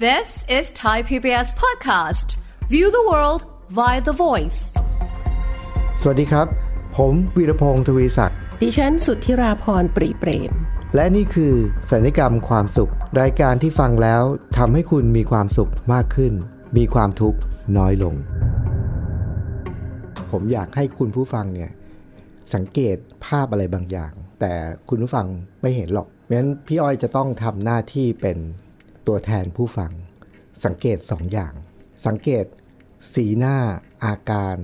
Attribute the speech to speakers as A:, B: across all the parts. A: This is Thai PBS Podcast. View the world via the voice.
B: สวัสดีครับ ผมวีรพงศ์ทวีศักดิ์
C: ดิฉันสุทธิราพรปรีเปรม
B: และนี่คือสัญญกรรมความสุข รายการที่ฟังแล้วทำให้คุณมีความสุขมากขึ้น มีความทุกข์น้อยลง ผมอยากให้คุณผู้ฟังเนี่ย สังเกตภาพอะไรบางอย่าง แต่คุณผู้ฟังไม่เห็นหรอกเพราะฉะนั้นพี่อ้อยจะต้องทำหน้าที่เป็นตัวแทนผู้ฟัง สังเกตสองอย่าง สังเกตสีหน้า อาการ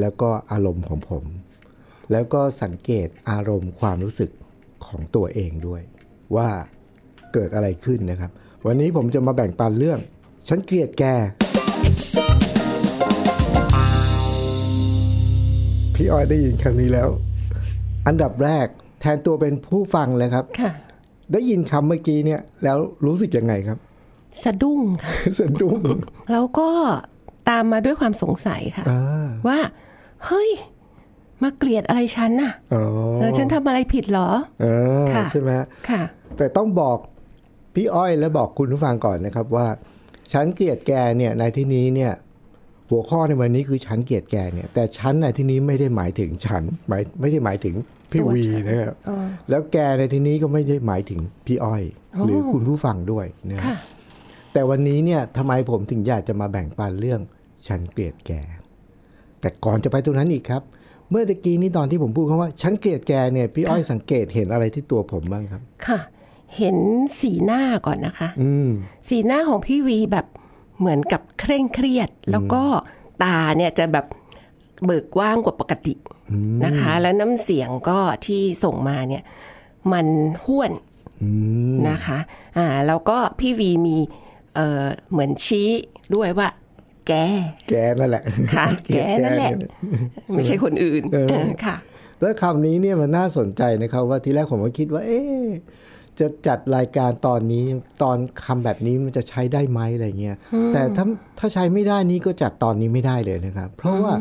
B: แล้วก็อารมณ์ของผม แล้วก็สังเกตอารมณ์ความรู้สึกของตัวเองด้วย ว่าเกิดอะไรขึ้นนะครับ วันนี้ผมจะมาแบ่งปันเรื่อง ฉันเกลียดแก พี่ออยได้ยินคำนี้แล้ว อันดับแรกแทนตัวเป็นผู้ฟังเลยครับ
C: ค่ะ
B: ได้ยินคำเมื่อกี้เนี่ย แล้วรู้สึกยังไงครับ
C: สะดุ้งค่ะ
B: สะ ดุ้ง
C: แล้วก็ตามมาด้วยความสงสัยค่ะ
B: อ่า
C: ว่า เฮ้ย มาเกลียดอะไรฉันน่ะ
B: อ๋อ
C: เออฉันทำอะไรผิดเหรอ
B: เออ
C: ค่ะ
B: ใช่ไหม
C: ค่ะ
B: แต่ต้องบอกพี่อ้อยและบอกคุณผู้ฟังก่อนนะครับว่า ฉันเกลียดแกเนี่ยในที่นี้เนี่ยหัวข้อในวันนี้คือฉันเกลียดแกเนี่ยแต่ฉันในที่นี้ไม่ได้หมายถึงฉันหมายไม่ได้หมายถึงพี่
C: ตัว
B: วี
C: ฉัน
B: นะครับแล้วแกในที่นี้ก็ไม่ได้หมายถึงพี่อ้อย
C: โอ้
B: หรือคุณผู้ฟังด้วยนะ
C: ค่ะ
B: แต่วันนี้เนี่ยทำไมผมถึงอยากจะมาแบ่งปันเรื่อง ฉันเกลียดแก แต่ก่อนจะไปตรงนั้นอีกครับ เมื่อตะกี้นี้ตอนที่ผมพูดคำว่า ฉันเกลียดแกเนี่ยพี่อ้อยสังเกตเห็นอะไรที่ตัวผมบ้างครับ
C: ค่ะ เห็นสีหน้าก่อนนะคะ
B: อืม
C: สีหน้าของพี่วีแบบเหมือนกับเคร่งเครียด แล้วก็ตาเนี่ยจะแบบเบิกกว้างกว่าปกตินะคะ แล้วน้ำเสียงก็ที่ส่งมาเนี่ย มันห้วนนะคะอ่าแล้วก็พี่วีมีเอ่อเหมือนชี้ด้วยว่า แก
B: แกนั่นแหละ
C: ค่ะ แกนั่นแหละ ไม่ใช่คนอื่น
B: เออ
C: เออค่ะ
B: ด้วยคำนี้เนี่ยมันน่าสนใจนะครับ ว่าทีแรกผมก็คิดว่า เอ๊ะจะจัดรายการตอนนี้ตอนคำแบบนี้มันจะใช้ได้ไหมอะไรเงี้ยแต่ถ้าถ้าใช้ไม่ได้นี่ก็จัดตอนนี้ไม่ได้เลยนะครับ เพราะว่า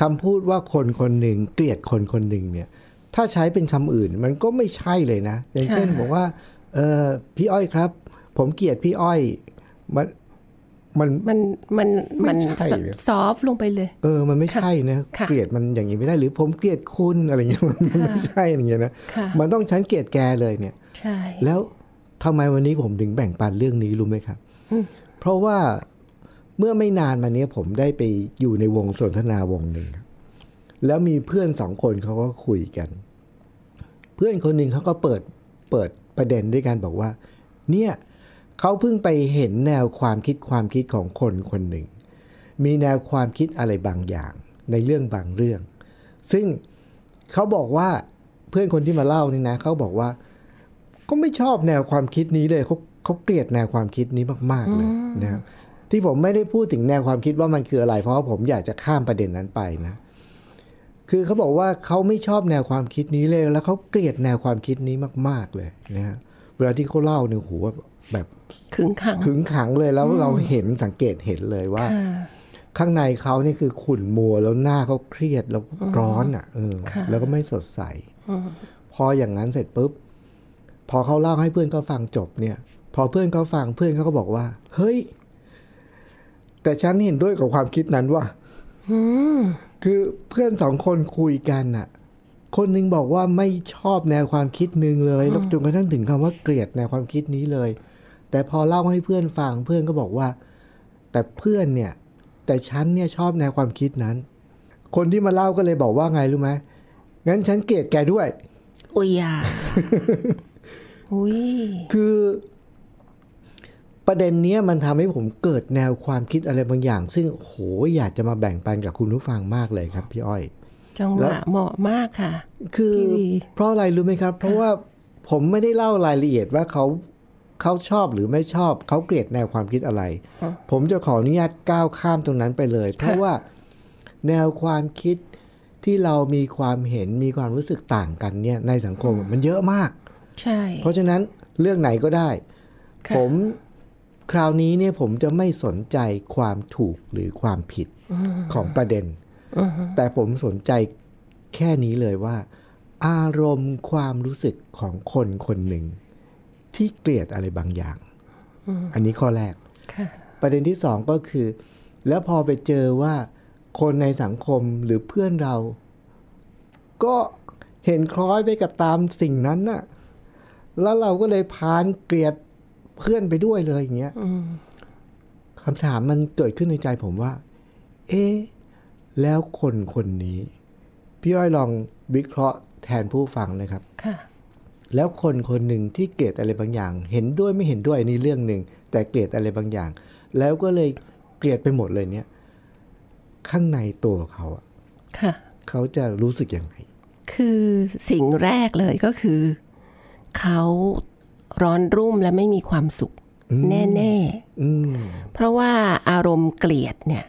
B: คำพูดว่าคนคนหนึ่งเกลียดคนคนหนึ่งเนี่ย ถ้าใช้เป็นคำอื่นมันก็ไม่ใช่เลยนะ อย่างเช่นบอกว่า เออพี่อ้อยครับ ผมเกลียดพี่อ้อย มันมัน
C: มันมันมัน
B: ไม่ใช่เลย
C: ซอฟต์ลงไปเลย
B: เออ มันไม่ใช่นะ
C: ค่ะ
B: เกลียดมันอย่างนี้ไม่ได้ หรือผมเกลียดคุณอะไรเงี้ย มันไม่ใช่อย่างเงี้ยนะ
C: ค่ะ
B: มันต้องฉันเกลียดแกเลยเนี่ย
C: ใช่
B: แล้วทำไมวันนี้ผมถึงแบ่งปันเรื่องนี้รู้ไหมครับ เพราะว่าเมื่อไม่นานมาเนี้ยผมได้ไปอยู่ในวงสนทนาวงหนึ่งครับแล้วมีเพื่อนสองคนเขาก็คุยกัน เพื่อนคนหนึ่งเขาก็เปิดเปิดประเด็นด้วยการบอกว่า เนี่ยเขาเพิ่งไปเห็นแนวความคิดความคิดของคนคนหนึ่ง มีแนวความคิดอะไรบางอย่าง ในเรื่องบางเรื่อง ซึ่งเขาบอกว่าเพื่อนคนที่มาเล่านี่นะเขาบอกว่า ก็ไม่ชอบแนวความคิดนี้เลยเขาเขาเกลียดแนวความคิดนี้มาก ๆ เลยนะครับที่ผมไม่ได้พูดถึงแนวความคิดว่ามันคืออะไร เพราะว่าผมอยากจะข้ามประเด็นนั้นไปนะ คือเขาบอกว่าเขาไม่ชอบแนวความคิดนี้เลย แล้วเขาเกลียดแนวความคิดนี้มาก ๆ เลยนะฮะเวลาที่เขาเล่าเนี่ยโหแบบ
C: ขึงขัง
B: ขึงขังเลยแล้วเราเห็นสังเกตเห็นเลยว่า ข้างในเขานี่คือขุ่นมัวแล้วหน้าเขาเครียดแล้วร้อนอ่ะเออ
C: ค่ะ
B: แล้วก็ไม่สดใสพออย่างนั้นเสร็จปุ๊บ พอเขาเล่าให้เพื่อนเขาฟังจบเนี่ย พอเพื่อนเขาฟังเพื่อนเขาก็บอกว่า เฮ้ย แต่ฉันเห็นด้วยกับความคิดนั้นว่าคือเพื่อนสองคนคุยกันน่ะ คนหนึงบอกว่าไม่ชอบแนวความคิดหนึ่งเลยแล้วจนกระทั่งถึงคำว่าเกลียดแนวความคิดนี้เลย แต่พอเล่าให้เพื่อนฟังเพื่อนก็บอกว่า แต่เพื่อนเนี่ย แต่ฉันเนี่ยชอบแนวความคิดนั้น คนที่มาเล่าก็เลยบอกว่าไงรู้ไหมงั้นฉันเกลียดแกด้วย
C: อุยอ่ะ อุ้ย
B: คือประเด็นเนี้ยมันทำให้ผมเกิดแนวความคิดอะไรบางอย่าง ซึ่งโอ้โหอยากจะมาแบ่งปันกับคุณผู้ฟังมากเลยครับพี่อ้อย
C: จังห
B: แล้ว
C: ะ
B: ว
C: เหมาะมากค่ะ
B: คือ
C: พี่วี
B: เพราะอะไรรู้ไหมครับ เพราะว่าผมไม่ได้เล่ารายละเอียดว่าเขาเขาชอบหรือไม่ชอบ เขาเกลียดแนวความคิดอะไร ผมจะขออนุญาตก้าวข้ามตรงนั้นไปเลย เพราะว่าแนวความคิดที่เรามีความเห็นมีความรู้สึกต่างกันเนี่ยในสังคมมันเยอะมาก
C: ใช่
B: เพราะฉะนั้นเรื่องไหนก็ได้
C: ค่ะ
B: ผมคราวนี้เนี่ยผมจะไม่สนใจความถูกหรือความผิดของประเด็น แต่ผมสนใจแค่นี้เลยว่า อารมณ์ความรู้สึกของคนคนหนึ่ง ที่เกลียดอะไรบางอย่าง อันนี้ข้อแรก
C: ค
B: ประเด็นที่สองก็คือ แล้วพอไปเจอว่าคนในสังคมหรือเพื่อนเรา ก็เห็นคล้อยไปกับตามสิ่งนั้นน่ะ แล้วเราก็เลยพานเกลียดเพื่อนไปด้วยเลยอย่างเงี้ยคำถามมันเกิดขึ้นในใจผมว่า เอ๊ะแล้วคนคนนี้ พี่อ้อยลองวิเคราะห์แทนผู้ฟังนะครับ
C: ค่ะ
B: แล้วคนคนหนึ่งที่เกลียดอะไรบางอย่าง เห็นด้วยไม่เห็นด้วยอันนี่เรื่องหนึ่งแต่เกลียดอะไรบางอย่าง แล้วก็เลยเกลียดไปหมดเลยเนี่ย ข้างในตัวเขาอะ
C: ค่ะ
B: เขาจะรู้สึกยังไง
C: คือสิ่งแรกเลยก็คือ เขาร้อนรุ่มและไม่มีความสุข แน่ ๆ
B: อืม
C: เพราะว่าอารมณ์เกลียดเนี่ย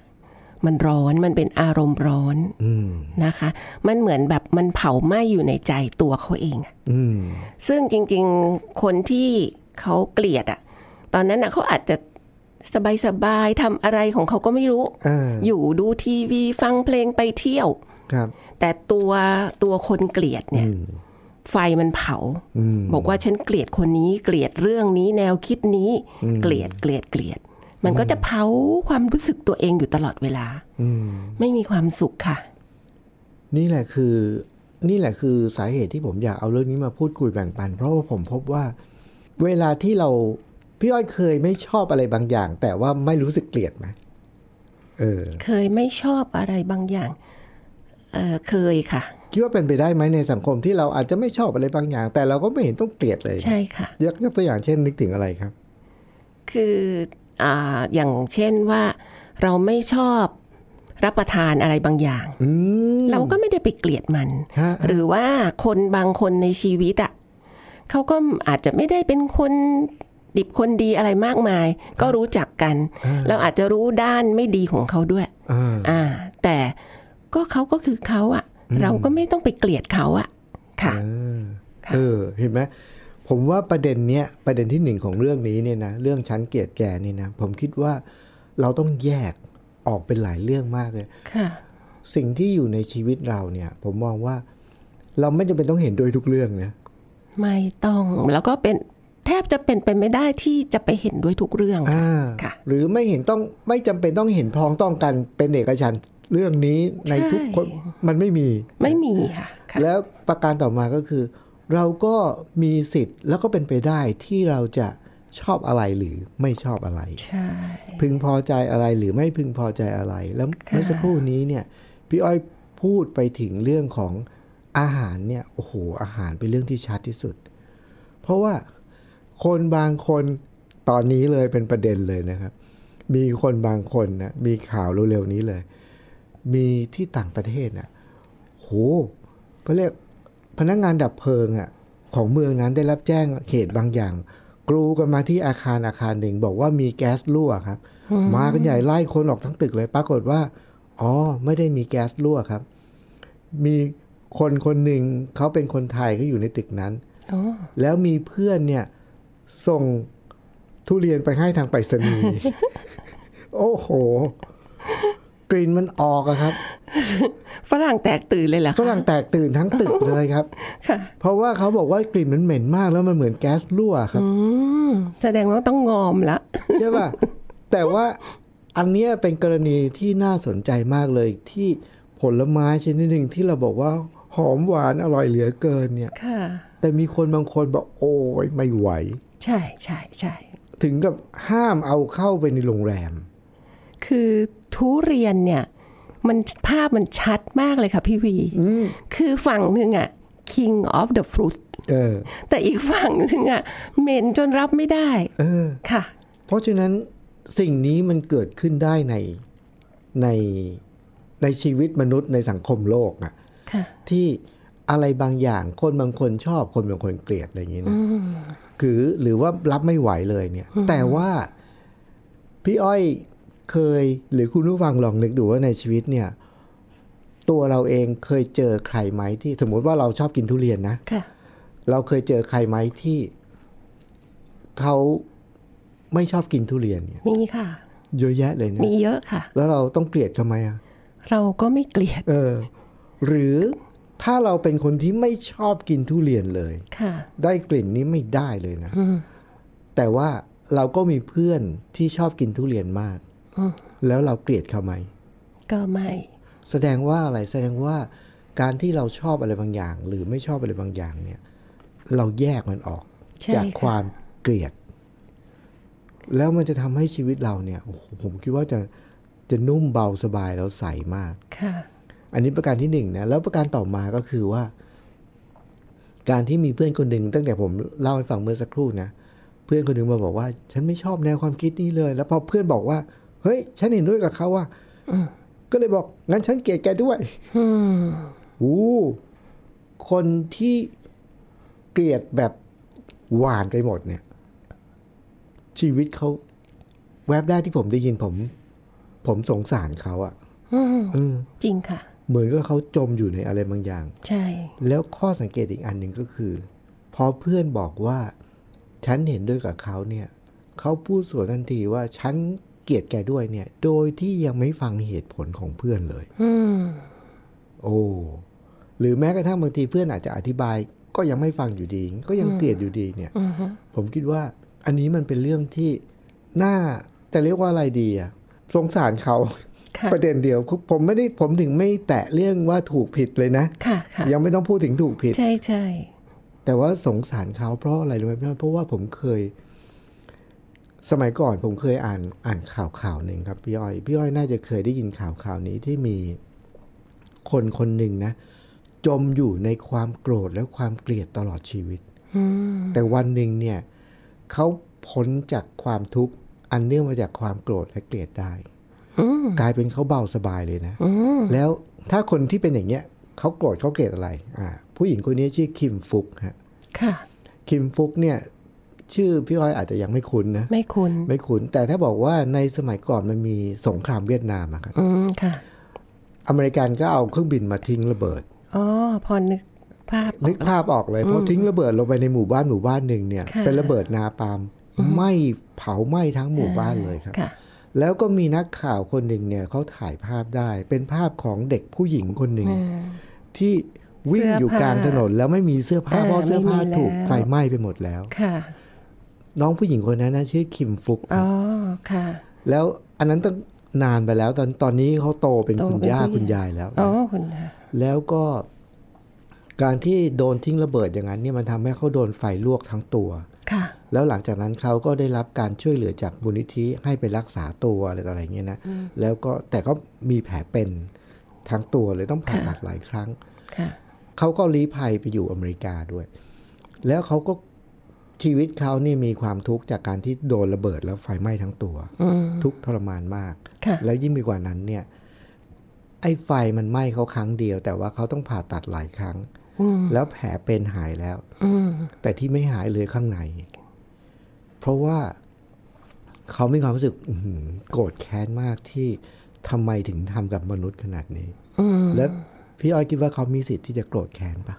C: มันร้อนมันเป็นอารมณ์ร้อน
B: อืม
C: นะคะ มันเหมือนแบบมันเผาไหม้อยู่ในใจตัวเขาเองอะ
B: อืม
C: ซึ่งจริงๆคนที่เขาเกลียดอะตอนนั้นนะเขาอาจจะสบายๆทำอะไรของเขาก็ไม่รู้
B: อ่า
C: อยู่ดูทีวีฟังเพลงไปเที่ยว
B: ครับ
C: แต่ตัวตัวคนเกลียดเนี่ย ไฟมันเผา
B: อืม
C: บอกว่าฉันเกลียดคนนี้เกลียดเรื่องนี้แนวคิดนี้ เกลียดเกลียดเกลียด มันก็จะเผาความรู้สึกตัวเองอยู่ตลอดเวลา
B: อืม
C: ไม่มีความสุขค่ะ
B: นี่แหละคือ นี่แหละคือสาเหตุที่ผมอยากเอาเรื่องนี้มาพูดคุยแบ่งปัน เพราะว่าผมพบว่า เวลาที่เราพี่อ้อยเคยไม่ชอบอะไรบางอย่าง แต่ว่าไม่รู้สึกเกลียดไหมเออ
C: เคยไม่ชอบอะไรบางอย่างเออเคยค่ะ
B: คิดว่าเป็นไปได้ไหมในสังคมที่เราอาจจะไม่ชอบอะไรบางอย่าง แต่เราก็ไม่เห็นต้องเกลียดเลย
C: ใช่ค่ะ
B: ยกยกตัวอย่างเช่นนึกถึงอะไรครับ
C: คืออ่าอย่างเช่นว่าเราไม่ชอบรับประทานอะไรบางอย่าง
B: อืม
C: เราก็ไม่ได้ไปเกลียดมัน
B: ฮะ
C: หรือว่าคนบางคนในชีวิตอ่ะเขาก็อาจจะไม่ได้เป็นคนดิบคนดีอะไรมากมาย ก็รู้จักกัน เราอาจจะรู้ด้านไม่ดีของเขาด้วย
B: อ่า
C: อ่า แต่ก็เขาก็คือเขาอ่ะ เราก็ไม่ต้องไปเกลียดเขาอ่ะ ค่ะ
B: เออ เห็นไหมผมว่าประเด็นเนี้ยประเด็นที่หนึ่งของเรื่องนี้เนี่ยนะเรื่องชั้นเกลียดแกนี่นะผมคิดว่าเราต้องแยกออกเป็นหลายเรื่องมากเลย
C: ค่ะ
B: สิ่งที่อยู่ในชีวิตเราเนี่ย ผมมองว่า เราไม่จำเป็นต้องเห็นด้วยทุกเรื่องนะ
C: ไม่ต้องแล้วก็เป็นแทบจะเป็นไปไม่ได้ที่จะไปเห็นด้วยทุกเรื่อง
B: อ่า
C: ค่ะ
B: หรือไม่เห็นต้องไม่จำเป็นต้องเห็นพ้องต้องกันเป็นเอกฉันท์เรื่องนี้ในทุกคน
C: ใช่
B: มันไม่มี
C: ไม่มีค่ะค่ะ
B: แล้วประการต่อมาก็คือ เราก็มีสิทธิ์แล้วก็เป็นไปได้ที่เราจะชอบอะไรหรือไม่ชอบอะไร
C: ใช่
B: พึงพอใจอะไรหรือไม่พึงพอใจอะไร แล้วเมื่อสักครู่นี้เนี่ย พี่อ้อยพูดไปถึงเรื่องของอาหารเนี่ยโอ้โหอาหารเป็นเรื่องที่ชัดที่สุด เพราะว่าคนบางคนตอนนี้เลยเป็นประเด็นเลยนะครับ มีคนบางคนนะมีข่าวเร็วๆนี้เลย มีที่ต่างประเทศนะโหเขาเรียกพนักงานดับเพลิงอ่ะของเมืองนั้นได้รับแจ้งเหตุบางอย่าง กรูกันมาที่อาคารอาคารหนึ่งบอกว่ามีแก๊สรั่วครับ มากันใหญ่ไล่คนออกทั้งตึกเลย ปรากฏว่า อ๋อ ไม่ได้มีแก๊สรั่วครับ มีคนคนหนึ่งเขาเป็นคนไทยเขาอยู่ในตึกนั้น
C: อ๋อ
B: แล้วมีเพื่อนเนี่ยส่งทุเรียนไปให้ทางไปรษณี ย์ โอ้โห กลิ่นมันออกอะครับ
C: ฝรั่งแตกตื่นเลยเหรอคะ
B: ฝรั่งแตกตื่นทั้งตึกเลยครับ
C: ค่ะ
B: เพราะว่าเขาบอกว่ากลิ่นมันเหม็นมากแล้วมันเหมือนแก๊สรั่วครับ
C: อืม แสดงว่าต้องงอมละ
B: ใช่ป่ะ แต่ว่าอันเนี้ยเป็นกรณีที่น่าสนใจมากเลยที่ผลไม้ชนิดหนึ่งที่เราบอกว่า หอมหวานอร่อยเหลือเกินเนี่ย
C: ค่ะ
B: แต่มีคนบางคนบอกโอ้ยไม่ไหว
C: ใช่ใช่ใช่
B: ถึงกับห้ามเอาเข้าไปในโรงแรม
C: คือทุเรียนเนี่ย มันภาพมันชัดมากเลยค่ะพี่วี คือฝั่งหนึ่งอะ king of the fruit
B: เออ
C: แต่อีกฝั่งหนึ่งอะเหม็นจนรับไม่ได้
B: เออ
C: ค่ะ
B: เพราะฉะนั้นสิ่งนี้มันเกิดขึ้นได้ในในในชีวิตมนุษย์ในสังคมโลกอะ
C: ค่ะ
B: ที่อะไรบางอย่างคนบางคนชอบคนบางคนเกลียดอะไรอย่างนี้นะคือหรือว่ารับไม่ไหวเลยเนี่ย แต่ว่าพี่อ้อยเคย หรือคุณผู้ฟังลองนึกดูว่าในชีวิตเนี่ย ตัวเราเองเคยเจอใครไหมที่สมมติว่าเราชอบกินทุเรียนนะ
C: ค่ะ
B: เราเคยเจอใครไหมที่เขาไม่ชอบกินทุเรียนเนี่ย
C: มีค่ะ
B: เยอะแยะเลยนะ
C: มีเยอะค่ะ
B: แล้วเราต้องเกลียดทำไมอ่ะ
C: เราก็ไม่เกลียด
B: เออหรือถ้าเราเป็นคนที่ไม่ชอบกินทุเรียนเลย
C: ค่ะ
B: ได้กลิ่นนี้ไม่ได้เลยนะ แต่ว่า เราก็มีเพื่อนที่ชอบกินทุเรียนมาก แล้วเราเกลียดเขาไหม
C: ก็ไม่
B: แสดงว่าอะไรแสดงว่าการที่เราชอบอะไรบางอย่าง หรือไม่ชอบอะไรบางอย่างเนี่ย เราแยกมันออกจาก
C: ใช่ะ
B: ความเกลียด แล้วมันจะทำให้ชีวิตเราเนี่ยโอ้โหผมคิดว่าจะจะนุ่มเบาสบายแล้วใสมาก
C: ค่ะ
B: อันนี้ประการที่หนึ่งนะแล้วประการต่อมาก็คือว่า การที่มีเพื่อนคนหนึ่งตั้งแต่ผมเล่าให้ฟังเมื่อสักครู่นะเพื่อนคนหนึ่งมาบอกว่า ฉันไม่ชอบแนวความคิดนี้เลย แล้วพอเพื่อนบอกว่า เฮ้ย ฉันเห็นด้วยกับเขาว่าก็เลยบอกงั้นฉันเกลียดแกด้วยอู้คนที่เกลียดแบบหวานไปหมดเนี่ย ชีวิตเขาแวบแรกที่ผมได้ยินผม ผมสงสารเขาอะ
C: จริงค่ะ
B: เหมือนกับเขาจมอยู่ในอะไรบางอย่าง
C: ใช่
B: แล้วข้อสังเกตอีกอันหนึ่งก็คือพอเพื่อนบอกว่า ฉันเห็นด้วยกับเขาเนี่ย เขาพูดสวนทันทีว่าฉันเกลียดแกด้วยเนี่ย โดยที่ยังไม่ฟังเหตุผลของเพื่อนเลย
C: อืม
B: โอ้หรือแม้กระทั่งบางทีเพื่อนอาจจะอธิบาย ก็ยังไม่ฟังอยู่ดี ก็ยังเกลียดอยู่ดีเนี่ย
C: อือฮึ
B: ผมคิดว่า อันนี้มันเป็นเรื่องที่น่าจะเรียกว่าอะไรดีอะสงสารเขา
C: ค่ะ
B: ประเด็นเดียวคือผมไม่ได้ผมถึงไม่แตะเรื่องว่าถูกผิดเลยนะ
C: ค่ะค่ะ
B: ยังไม่ต้องพูดถึงถูกผิด
C: ใช่ใช่
B: แต่ว่าสงสารเขาเพราะอะไรรู้ไหมพี่อ้อยเพราะว่าผมเคย สมัยก่อนผมเคยอ่านอ่านข่าวข่าวหนึ่งครับพี่อ้อยพี่อ้อยน่าจะเคยได้ยินข่าวข่าวนี้ที่มีคนคนหนึ่งนะ จมอยู่ในความโกรธและความเกลียดตลอดชีวิต
C: อืม
B: แต่วันหนึ่งเนี่ยเขาพ้นจากความทุกข์อันเนื่องมาจากความโกรธและเกลียดได้
C: อืม
B: กลายเป็นเขาเบาสบายเลยนะ
C: อืม
B: แล้วถ้าคนที่เป็นอย่างเงี้ยเขาโกรธเขาเกลียดอะไรอ่าผู้หญิงคนนี้ชื่อคิมฟุกฮะ
C: ค่ะ
B: คิมฟุกเนี่ย ชื่อพี่อ้อยอาจจะยังไม่คุ้นนะ
C: ไม่คุ้น
B: ไม่คุ้น แต่ถ้าบอกว่าในสมัยก่อนมันมีสงครามเวียดนามอะครับ
C: อืมค่ะ
B: อเมริกันก็เอาเครื่องบินมาทิ้งระเบิด
C: อ๋อพอนึกภาพอ
B: นึ
C: อก กแล้ว
B: ภาพออกเลยเพราะทิ้งระเบิดลงไปในหมู่บ้านหมู่บ้านหนึ่งเนี่ย
C: ค่ะ
B: เป็นระเบิดนาปาล์มไหม้เผาไหม้ทั้งหมู่บ้านเลยครับ
C: ค่ะ
B: แล้วก็มีนักข่าวคนหนึ่งเนี่ยเขาถ่ายภาพได้ เป็นภาพของเด็กผู้หญิงคนหนึ่ง ที่วิ่งอยู่กลางถนนแล้วไม่มีเสื้อผ้า
C: เออ
B: เพราะเสื้อผ้า
C: ไม่มีแล้ว
B: ถูกไฟไหม้ไปหมดแล้ว
C: ค่ะ
B: น้องผู้หญิงคนนั้นนะชื่อคิมฟุก
C: อ๋อค่ะ
B: แล้วอันนั้นต้องนานไปแล้วตอนตอนนี้เขาโตเป็น
C: โตเป็น
B: คุณย่า
C: ผู้ใหญ่
B: คุณยายแล้ว
C: อ๋อคุณค่ะ
B: แล้วก็การที่โดนทิ้งระเบิดอย่างนั้นเนี่ยมันทำให้เขาโดนไฟลวกทั้งตัว
C: ค่ะ
B: แล้วหลังจากนั้นเขาก็ได้รับการช่วยเหลือจากมูลนิธิให้ไปรักษาตัวอะไรต่ออะไรเงี้ยนะแล้วก็แต่ก็มีแผลเป็นทั้งตัวเลยต้องผ่าตัดหลายครั้ง
C: ค่ะ
B: เขาก็ลี้ภัยไปอยู่อเมริกาด้วย แล้วเขาก็ชีวิตเขาเนี่ยมีความทุกข์จากการที่โดนระเบิดแล้วไฟไหม้ทั้งตัว
C: อืม
B: ทุกข์ทรมานมาก
C: ค่ะ
B: แล้วยิ่งไปกว่านั้นเนี่ย ไอ้ไฟมันไหม้เขาครั้งเดียว แต่ว่าเขาต้องผ่าตัดหลายครั้ง
C: อืม
B: แล้วแผลเป็นหายแล้ว
C: อืม
B: แต่ที่ไม่หายเลยข้างใน เพราะว่าเขามีความรู้สึกอื้อหือโกรธแค้นมากที่ทำไมถึงทำกับมนุษย์ขนาดนี้
C: อืม
B: แล้วพี่อ้อยคิดว่าเขามีสิทธิ์ที่จะโกรธแค้นปะ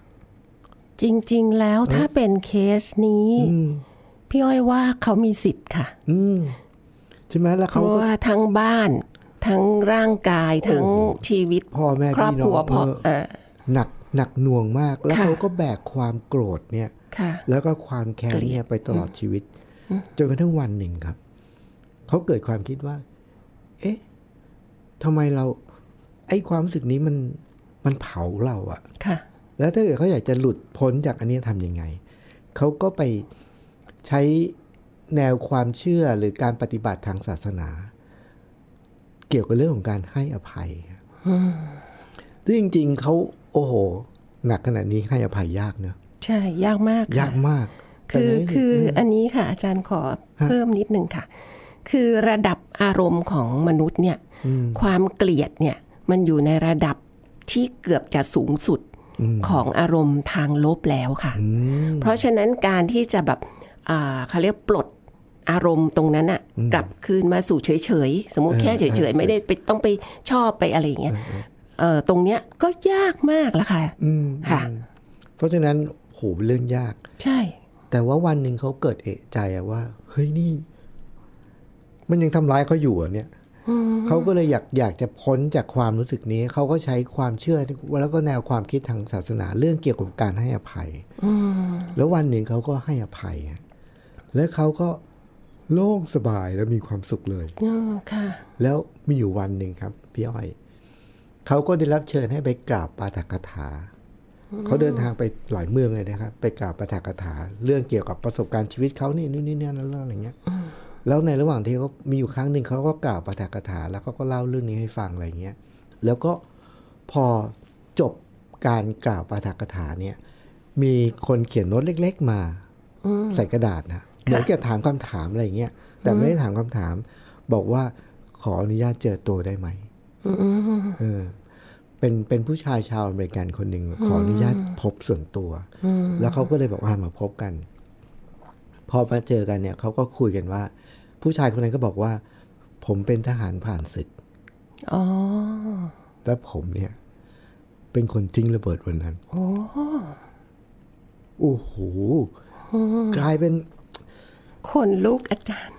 C: จริง ๆ แล้วถ้าเป็นเคสนี้ พี่อ้อยว่าเขามีสิทธิ์ค่ะ
B: อืมใช่ไหมแล้ว
C: เพ
B: เขา
C: ราะ
B: ก็
C: ว่าทั้งบ้าน ทั้งร่างกายทั้ง
B: โอ้โห
C: ชีวิต
B: พ่อแม่
C: ครอบ
B: พี่น้อง
C: ครัวพ่อ
B: เออ
C: เอ่อ
B: หนักหนักหน่วงมาก แล้ว
C: ค่ะ
B: เขาก็แบกความโกรธเนี่ย
C: ค่ะ
B: แล้วก็ความแค้นเนี่ยไปตลอดชีวิตจนกระทั่งวันหนึ่งครับเขาเกิดความคิดว่า เอ๊ะทำไมเรา ไอ้ความรู้สึกนี้มันมันเผาเราอะ
C: ค่ะ
B: แล้วถ้าเกิดเขาอยากจะหลุดพ้นจากอันเนี้ยทำยังไงเขาก็ไปใช้แนวความเชื่อหรือการปฏิบัติทางศาสนา เกี่ยวกับเรื่องของการให้อภัยครับซึ่งจริง ๆเขาโอ้โห หนักขนาดนี้ให้อภัยยากเนอะ
C: ใช่ยากมากค่ะ
B: ยากมากแต่
C: คือ
B: ในที่สุด
C: คืออันนี้ค่ะ อาจารย์ขอเพิ่มนิดนึงค่ะ คือระดับอารมณ์ของมนุษย์เนี่ย ความเกลียดเนี่ย มันอยู่ในระดับที่เกือบจะสูงสุดของอารมณ์ทางลบแล้วค่ะ เพราะฉะนั้นการที่จะแบบอ่าเขาเรียกปลดอารมณ์ตรงนั้นอะกลับคืนมาสู่เฉยๆ สมมุติแค่เฉยๆ ไม่ได้ไปต้องไปชอบไปอะไรอย่างเงี้ยเอ่อตรงเนี้ยก็ยากมากแล้วค่ะค่ะ
B: เพราะฉะนั้นโหเป็นเรื่องยาก
C: ใช่
B: แต่ว่าวันหนึ่งเขาเกิดเอะใจอะว่า เฮ้ยนี่ มันยังทำร้ายเขาอยู่อะเนี่ยเขาก็เลยอยากอยากจะพ้นจากความรู้สึกนี้ เขาก็ใช้ความเชื่อแล้วก็แนวความคิดทางศาสนาเรื่องเกี่ยวกับการให้อภัยแล้ววันหนึ่งเขาก็ให้อภัยอะแล้วเขาก็ โล่งสบายและมีความสุขเลย
C: อ๋อค่ะ
B: แล้วมีอยู่วันหนึ่งครับ พี่อ้อย เขาก็ได้รับเชิญให้ไปกราบปาฐกถา เขาเดินทางไปหลายเมืองเลยนะครับ ไปกราบปาฐกถา เรื่องเกี่ยวกับประสบการณ์ชีวิตเขานี่นู่นนี่นั่นแล้วอะไรเงี้ย แล้วในระหว่างที่เขามีอยู่ครั้งหนึ่งเขาก็กล่าวปาฐกถา แล้วเขาก็เล่าเรื่องนี้ให้ฟังอะไรเงี้ย แล้วก็พอจบการกล่าวปาฐกถาเนี่ย มีคนเขียนโน้ตเล็ก ๆ มาใส่กระดาษนะเหมือนกับถามคำถามอะไรเงี้ย แต่ไม่ได้ถามคำถาม บอกว่าขออนุญาตเจอตัวได้ไหมเออ เป็นเป็นผู้ชายชาวอเมริกันคนหนึ่งขออนุญาตพบส่วนตัว แล้วเขาก็เลยบอกว่ามาพบกัน พอมาเจอกันเนี่ยเขาก็คุยกันว่า ผู้ชายคนนั้นก็บอกว่า ผมเป็นทหารผ่านศึก
C: อ๋อ
B: และผมเนี่ย เป็นคนทิ้งระเบิดวันนั้นโอ้โหกลายเป็น
C: คนลูกอาจารย์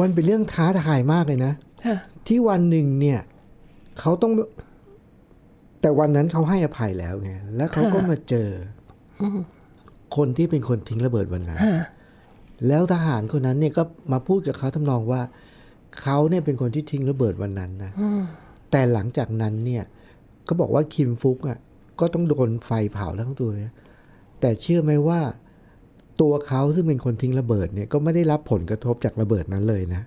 B: มันเป็นเรื่องท้าทายมากเลยนะ
C: ค่ะ
B: ที่วันหนึ่งเนี่ย เขาต้อง แต่วันนั้นเขาให้อภัยแล้วไง แล้วเขาก็มาเจออคนที่เป็นคนทิ้งระเบิดวันนั้น แล้วทหารคนนั้นเนี่ยก็มาพูดกับเขาทำนองว่า เขาเนี่ยเป็นคนที่ทิ้งระเบิดวันนั้นนะแต่หลังจากนั้นเนี่ยก็บอกว่าคิมฟุกอ่ะ ก็ต้องโดนไฟเผาทั้งตัวนะแต่เชื่อไหมว่า ตัวเขาซึ่งเป็นคนทิ้งระเบิดเนี่ยก็ไม่ได้รับผลกระทบจากระเบิดนั้นเลยนะ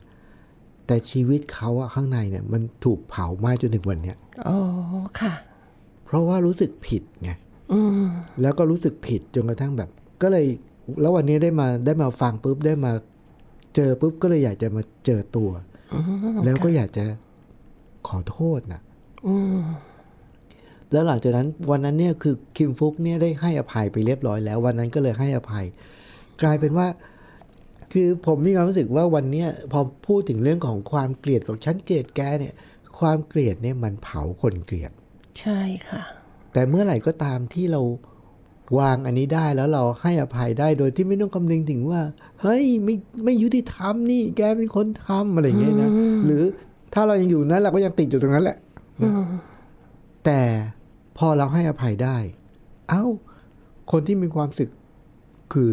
B: แต่ชีวิตเขาอะข้างในเนี่ย มันถูกเผาไหม้จนถึงวันเนี้ย
C: อ๋อ ค่ะ
B: เพราะว่ารู้สึกผิดไงแล้วก็รู้สึกผิดจนกระทั่งแบบ ก็เลย แล้ววันนี้ได้มาได้มาฟังปุ๊บได้มา เจอปุ๊บก็เลยอยากจะมาเจอตัวแล้วก็อยากจะขอโทษนะแล้วหลังจากนั้น วันนั้นเนี่ยคือคิมฟุกเนี่ยได้ให้อภัยไปเรียบร้อยแล้ว วันนั้นก็เลยให้อภัย กลายเป็นว่า คือผมมีความรู้สึกว่าวันเนี้ยพอพูดถึงเรื่องของความเกลียดของฉันเกลียดแกเนี่ย ความเกลียดเนี่ยมันเผาคนเกลียด
C: ใช่ค่ะ
B: แต่เมื่อไหร่ก็ตามที่เราวางอันนี้ได้แล้วเราให้อภัยได้โดยที่ไม่ต้องคำนึงถึงว่า เฮ้ยไม่ไม่ยุติธรรมนี่แกเป็นคนทำอะไรอย่างเงี้ยนะหรือถ้าเรายังอยู่นั้นเราก็ยังติดอยู่ตรงนั้นแหละนะแต่พอเราให้อภัยได้ เอ้า คนที่มีความสึกคือ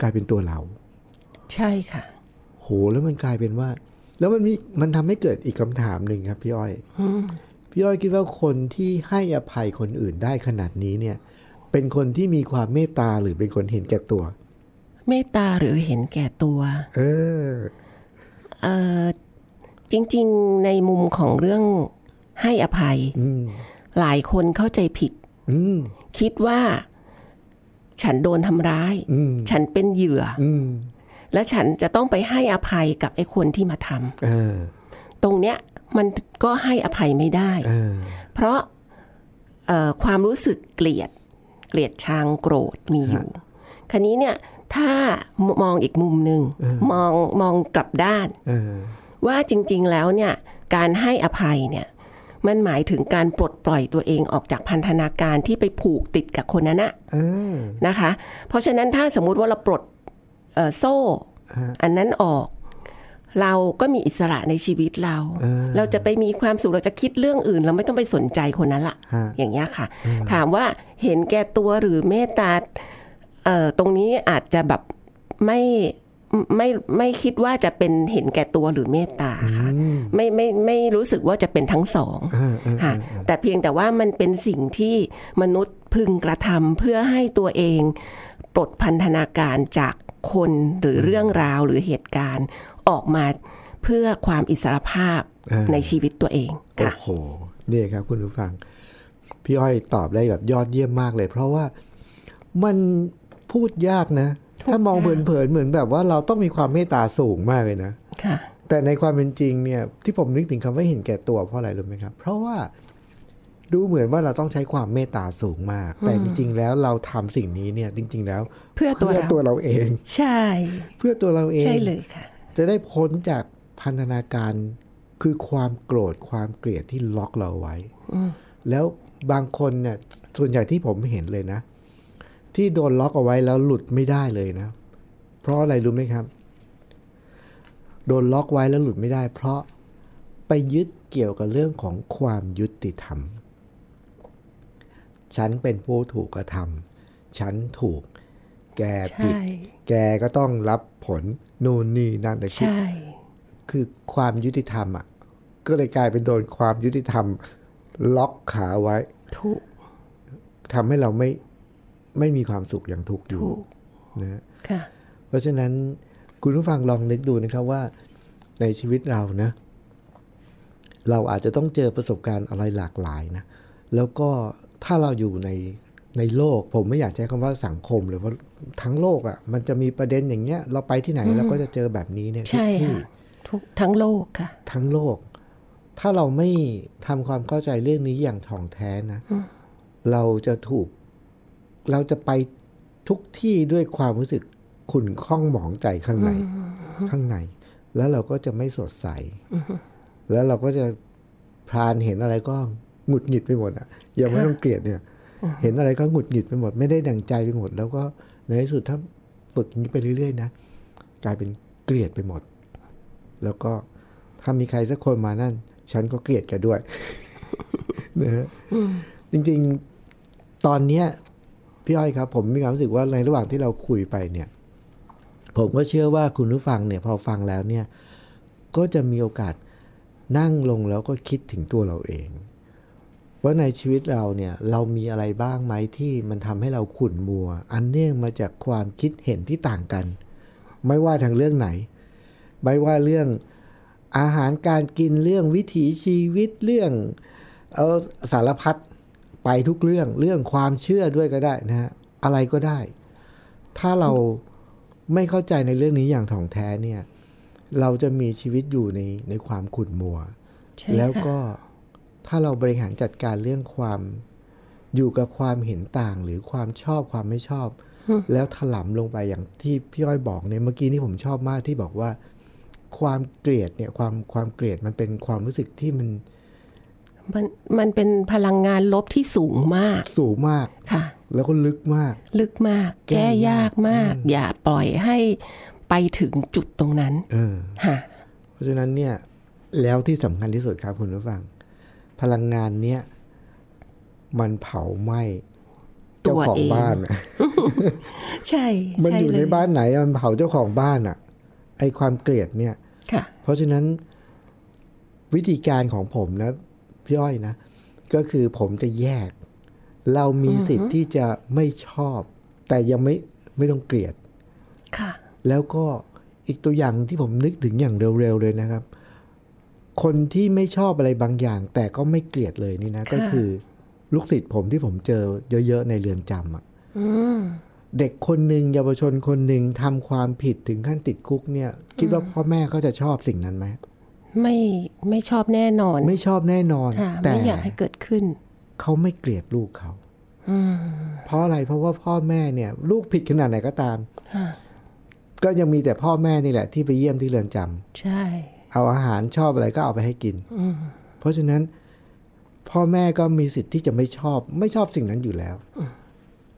B: กลายเป็นตัวเรา
C: ใช่ค่ะ
B: โหแล้วมันกลายเป็นว่า แล้วมันมีมันทำให้เกิดอีกคำถามหนึ่งครับ พี่อ้อยพี่อ้อยคิดว่าคนที่ให้อภัยคนอื่นได้ขนาดนี้เนี่ย เป็นคนที่มีความเมตตาหรือเป็นคนเห็นแก่ตัว
C: เมตตาหรือเห็นแก่ตัว
B: เออ
C: เอ่อจริงๆ ในมุมของเรื่องให้อภัย
B: อืม
C: หลายคนเข้าใจผิด
B: อืม
C: คิดว่า ฉันโดนทำร้าย
B: อืม
C: ฉันเป็นเหยื่ออ
B: อืม
C: และฉันจะต้องไปให้อภัยกับไอ้คนที่มาท
B: เออ
C: ำตรงเนี้ยมันก็ให้อภัยไม่ได้
B: เออ
C: เพราะเอ่อความรู้สึกเกลียด เกลียดชังโกรธมีอยู่ คันนี้เนี่ย ถ้ามองอีกมุมหนึ่งมองมองกลับด้าน
B: เออ
C: ว่าจริงๆ แล้วเนี่ยการให้อภัยเนี่ยมันหมายถึงการปลดปล่อยตัวเองออกจากพันธนาการที่ไปผูกติดกับคนนั้นนะ
B: เออ
C: นะคะ เพราะฉะนั้นถ้าสมมุติว่าเราปลดเอ่อโซ่ อันนั้นออก เราก็มีอิสระในชีวิตเรา
B: เออ
C: เราจะไปมีความสุขเราจะคิดเรื่องอื่น เราไม่ต้องไปสนใจคนนั้นละ
B: ฮะ
C: อย่างนี้ยค่ะ ถามว่าเห็นแก่ตัวหรือเมตตาเอ่อตรงนี้อาจจะแบบไม่ไม่ไม่คิดว่าจะเป็นเห็นแก่ตัวหรือเมตตาค่ะไม่ไม่ไม่รู้สึกว่าจะเป็นทั้งสองค่ะแต่เพียงแต่ว่ามันเป็นสิ่งที่มนุษย์พึงกระทำเพื่อให้ตัวเอง ปลดพันธนาการจากคนหรือเรื่องราวหรือเหตุการณ์ออกมาเพื่อความอิสรภาพ
B: เออ
C: ในชีวิตตัวเอง
B: โอ้
C: ค่ะ
B: โหเนี่ยครับคุณผู้ฟัง พี่อ้อยตอบได้แบบยอดเยี่ยมมากเลย เพราะว่ามันพูดยากนะ ถ้ามอง
C: ยาก
B: เผินๆเหมือนแบบว่าเราต้องมีความเมตตาสูงมากเลยนะ
C: ค่ะ
B: แต่ในความเป็นจริงเนี่ยที่ผมนึกถึงคำว่าเห็นแก่ตัวเพราะอะไรรู้ไหมครับ เพราะว่าดูเหมือนว่าเราต้องใช้ความเมตตาสูงมาก แต่จริง ๆ แล้วเราทำสิ่งนี้เนี่ย จริง ๆ แล้ว
C: เพื่อตัวเรา
B: ตัวเราเอง
C: ใช่
B: เพื่อตัวเราเอง
C: ใช่เลยค่ะ
B: จะได้พ้นจากพันธนาการคือความโกรธความเกลียดที่ล็อกเราไว้แล้วบางคนเนี่ยส่วนใหญ่ที่ผมเห็นเลยนะ ที่โดนล็อกเอาไว้แล้วหลุดไม่ได้เลยนะ เพราะอะไรรู้ไหมครับ โดนล็อกไว้แล้วหลุดไม่ได้ เพราะไปยึดเกี่ยวกับเรื่องของความยุติธรรม ฉันเป็นผู้ถูกกระทำฉันถูก แกผิด
C: ใช่
B: แกก็ต้องรับผลนู่นนี่นั่นแต่คือ
C: ใช่
B: คือความยุติธรรมอ่ะก็เลยกลายเป็นโดนความยุติธรรม ล็อกขาไว้
C: ถูก
B: ทำให้เราไม่ไม่มีความสุขอย่างทุกข์อยู่นะฮะ
C: ค่ะ
B: เพราะฉะนั้นคุณผู้ฟังลองนึกดูนะครับว่าในชีวิตเรานะ เราอาจจะต้องเจอประสบการณ์อะไรหลากหลายนะ แล้วก็ถ้าเราอยู่ในในโลก ผมไม่อยากใช้คำว่าสังคมหรือว่าทั้งโลกอะ่ะ มันจะมีประเด็นอย่างเงี้ย เราไปที่ไหนเราก็จะเจอแบบนี้เนี่ยทุก
C: ใช่
B: ที่
C: ค่ะ ทุกทั้งโลกค่ะ
B: ทั้งโลก ถ้าเราไม่ทำความเข้าใจเรื่องนี้อย่างถ่องแท้นะ เราจะถูก เราจะไปทุกที่ด้วยความรู้สึกขุ่นข้องหมองใจข้างในข้างใน แล้วเราก็จะไม่สดใส แล้วเราก็จะพรานเห็นอะไรก็หงุดหงิดไปหมดอ่ะอย่าไม่ต้องเกลียดเนี่ย เห็นอะไรก็หงุดหงิดไปหมด ไม่ได้ดั่งใจไปหมด แล้วก็ในที่สุดถ้าฝึกอย่างนี้ไปเรื่อยๆนะกลายเป็นเกลียดไปหมด แล้วก็ถ้ามีใครสักคนมานั่น ฉันก็เกลียดแกด้วย นะฮะจริงๆตอนเนี้ย พี่อ้อยครับ ผมมีความรู้สึกว่าในระหว่างที่เราคุยไปเนี่ย ผมก็เชื่อว่าคุณผู้ฟังเนี่ย พอฟังแล้วเนี่ย ก็จะมีโอกาสนั่งลงแล้วก็คิดถึงตัวเราเอง ว่าในชีวิตเราเนี่ย เรามีอะไรบ้างไหมที่มันทำให้เราขุ่นมัว อันเนื่องมาจากความคิดเห็นที่ต่างกัน ไม่ว่าทางเรื่องไหน ไม่ว่าเรื่องอาหารการกินเรื่องวิถีชีวิตเรื่องเออสารพัดไปทุกเรื่องเรื่องความเชื่อด้วยก็ได้นะฮะอะไรก็ได้ ถ้าเราไม่เข้าใจในเรื่องนี้อย่างถ่องแท้เนี่ย เราจะมีชีวิตอยู่ในในความขุ่นมัว
C: ใช่
B: แล้ว
C: ค่ะ
B: ก็ถ้าเราบริหารจัดการเรื่องความอยู่กับความเห็นต่างหรือความชอบความไม่ชอบ แล้วถลำลงไปอย่างที่พี่อ้อยบอกเนี่ยเมื่อกี้นี่ผมชอบมากที่บอกว่า ความเกลียดเนี่ยความความเกลียดมันเป็นความรู้สึกที่มัน
C: มันมันเป็นพลังงานลบที่สูงมาก
B: สูงมาก
C: ค่ะ
B: แล้วก็ลึกมาก
C: ลึกมาก แก้ยากมาก อย่าปล่อยให้ไปถึงจุดตรงนั้น
B: เออ
C: ค่ะ
B: เพราะฉะนั้นเนี่ยแล้วที่สำคัญที่สุดครับคุณผู้ฟัง พลังงานเนี่ยมันเผาไหม้เจ้าของ
C: ตัวเอง
B: บ้านอะ
C: ใช่
B: มัน
C: ช่
B: อยู่
C: เล
B: ในบ้านไหนอะมันเผาเจ้าของบ้านอะ่ะ ไอความเกลียดเนี่ย
C: ค่ะ
B: เพราะฉะนั้นวิธีการของผมนะพี่อ้อยนะ ก็คือผมจะแยก เรามีสิทธิ์ที่จะไม่ชอบ แต่ยังไม่ไม่ต้องเกลียด
C: ค่ะ
B: แล้วก็อีกตัวอย่างที่ผมนึกถึงอย่างเร็วๆเลยนะครับ คนที่ไม่ชอบอะไรบางอย่าง แต่ก็ไม่เกลียดเลยนี่นะ ก็คือ ลูกศิษย์ผมที่ผมเจอเยอะๆในเรือนจำอ่ะเด็กคนหนึ่งเยาวชนคนหนึ่งทำความผิดถึงขั้นติดคุกเนี่ย คิดว่าพ่อแม่เขาจะชอบสิ่งนั้นไหม
C: ไม่ไม่ชอบแน่นอน
B: ไม่ชอบแน่นอน
C: ค่ะ
B: แต่
C: ไม่อยากให้เกิดขึ้น
B: เขาไม่เกลียดลูกเขาเพราะอะไรเพราะว่าพ่อแม่เนี่ย ลูกผิดขนาดไหนก็ตาม
C: ค่ะ
B: ก็ยังมีแต่พ่อแม่นี่แหละ ที่ไปเยี่ยมที่เรือนจำ
C: ใช่
B: เอาอาหารชอบอะไรก็เอาไปให้กิน เพราะฉะนั้น พ่อแม่ก็มีสิทธิ์ที่จะไม่ชอบ ไม่ชอบสิ่งนั้นอยู่แล้ว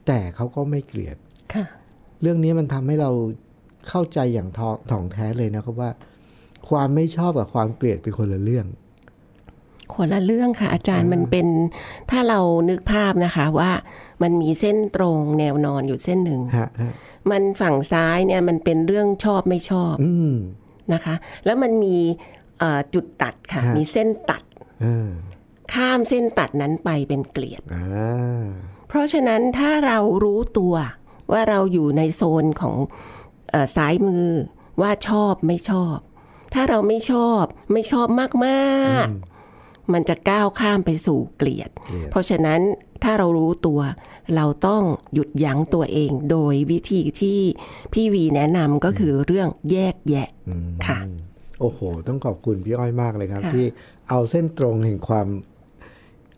B: แต่เขาก็ไม่เกลียด
C: ค่ะ
B: เรื่องนี้มันทำให้เราเข้าใจอย่างทองถ่องแท้เลยนะครับว่า ความไม่ชอบกับความเกลียดเป็นคนละเรื่อง
C: คนละเรื่องค่ะ อาจารย์มันเป็นถ้าเรานึกภาพนะคะว่ามันมีเส้นตรงแนวนอนอยู่เส้นหนึ่ง
B: ฮะฮะ
C: มันฝั่งซ้ายเนี่ยมันเป็นเรื่องชอบไม่ชอบ
B: อืม
C: นะคะ แล้วมันมีเอ่อจุดตัดค่ะ
B: ฮะ
C: มีเส้นตัด
B: เออ
C: ข้ามเส้นตัดนั้นไปเป็นเกลียด
B: อ่า
C: เพราะฉะนั้นถ้าเรารู้ตัวว่าเราอยู่ในโซนของเออซ้ายมือว่าชอบไม่ชอบ ถ้าเราไม่ชอบไม่ชอบมากๆ มันจะก้าวข้ามไปสู่เกลียด
B: เกลียด
C: เพราะฉะนั้นถ้าเรารู้ตัว เราต้องหยุดยั้งตัวเอง โดยวิธีที่พี่วีแนะนำก็คือเรื่องแยกแยะค่ะ
B: โอ้โห ต้องขอบคุณพี่อ้อยมากเลยครับ
C: ค่ะ
B: ที่เอาเส้นตรงแห่งความ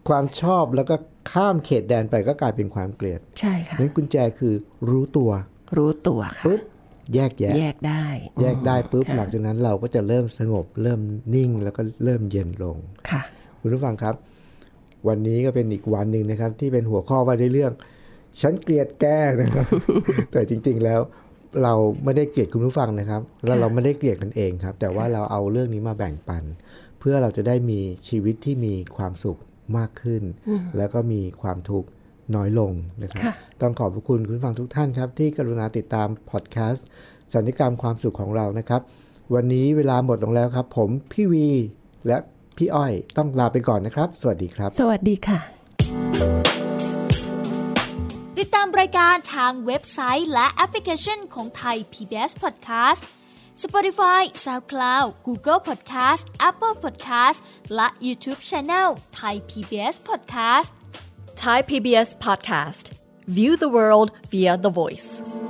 B: ความชอบแล้วก็ข้ามเขตแดนไปก็กลายเป็นความเกลียด
C: ใช่ค่ะ
B: นั้นกุญแจคือรู้ตัว
C: รู้ตัวค่ะ
B: ปุ๊บแยกแยะ
C: แยกได้
B: แยกได้ปุ๊บ
C: ค่ะ
B: หลังจากนั้นเราก็จะเริ่มสงบ เริ่มนิ่งแล้วก็เริ่มเย็นลง
C: ค่ะ
B: คุณผู้ฟังครับ วันนี้ก็เป็นอีกวันหนึ่งนะครับ ที่เป็นหัวข้อว่าในเรื่อง ฉันเกลียดแกนะครับ แต่จริงๆแล้ว เราไม่ได้เกลียดคุณผู้ฟังนะครับ แล้วเราไม่ได้เกลียดกันเองครับ แต่ว่าเราเอาเรื่องนี้มาแบ่งปัน เพื่อเราจะได้มีชีวิตที่มีความสุขมากขึ้น แล้วก็มีความทุกข์ น้อยลงนะครับ
C: ค่ะ
B: ต้องขอบพระคุณคุณผู้ฟังทุกท่านครับ ที่กรุณาติดตามพอดแคสต์สันติกรรมความสุขของเรานะครับ วันนี้เวลาหมดลงแล้วครับ ผมพี่วีและพี่อ้อยต้องลาไปก่อนนะครับ สวัสดีครับ
C: สวัสดีค่ะ
D: ติดตามรายการทางเว็บไซต์และแอปพลิเคชันของไทย PBS Podcast Spotify SoundCloud Google Podcast Apple Podcast และ YouTube Channel ไทย PBS Podcast
E: Thai PBS Podcast. View the world via the voice.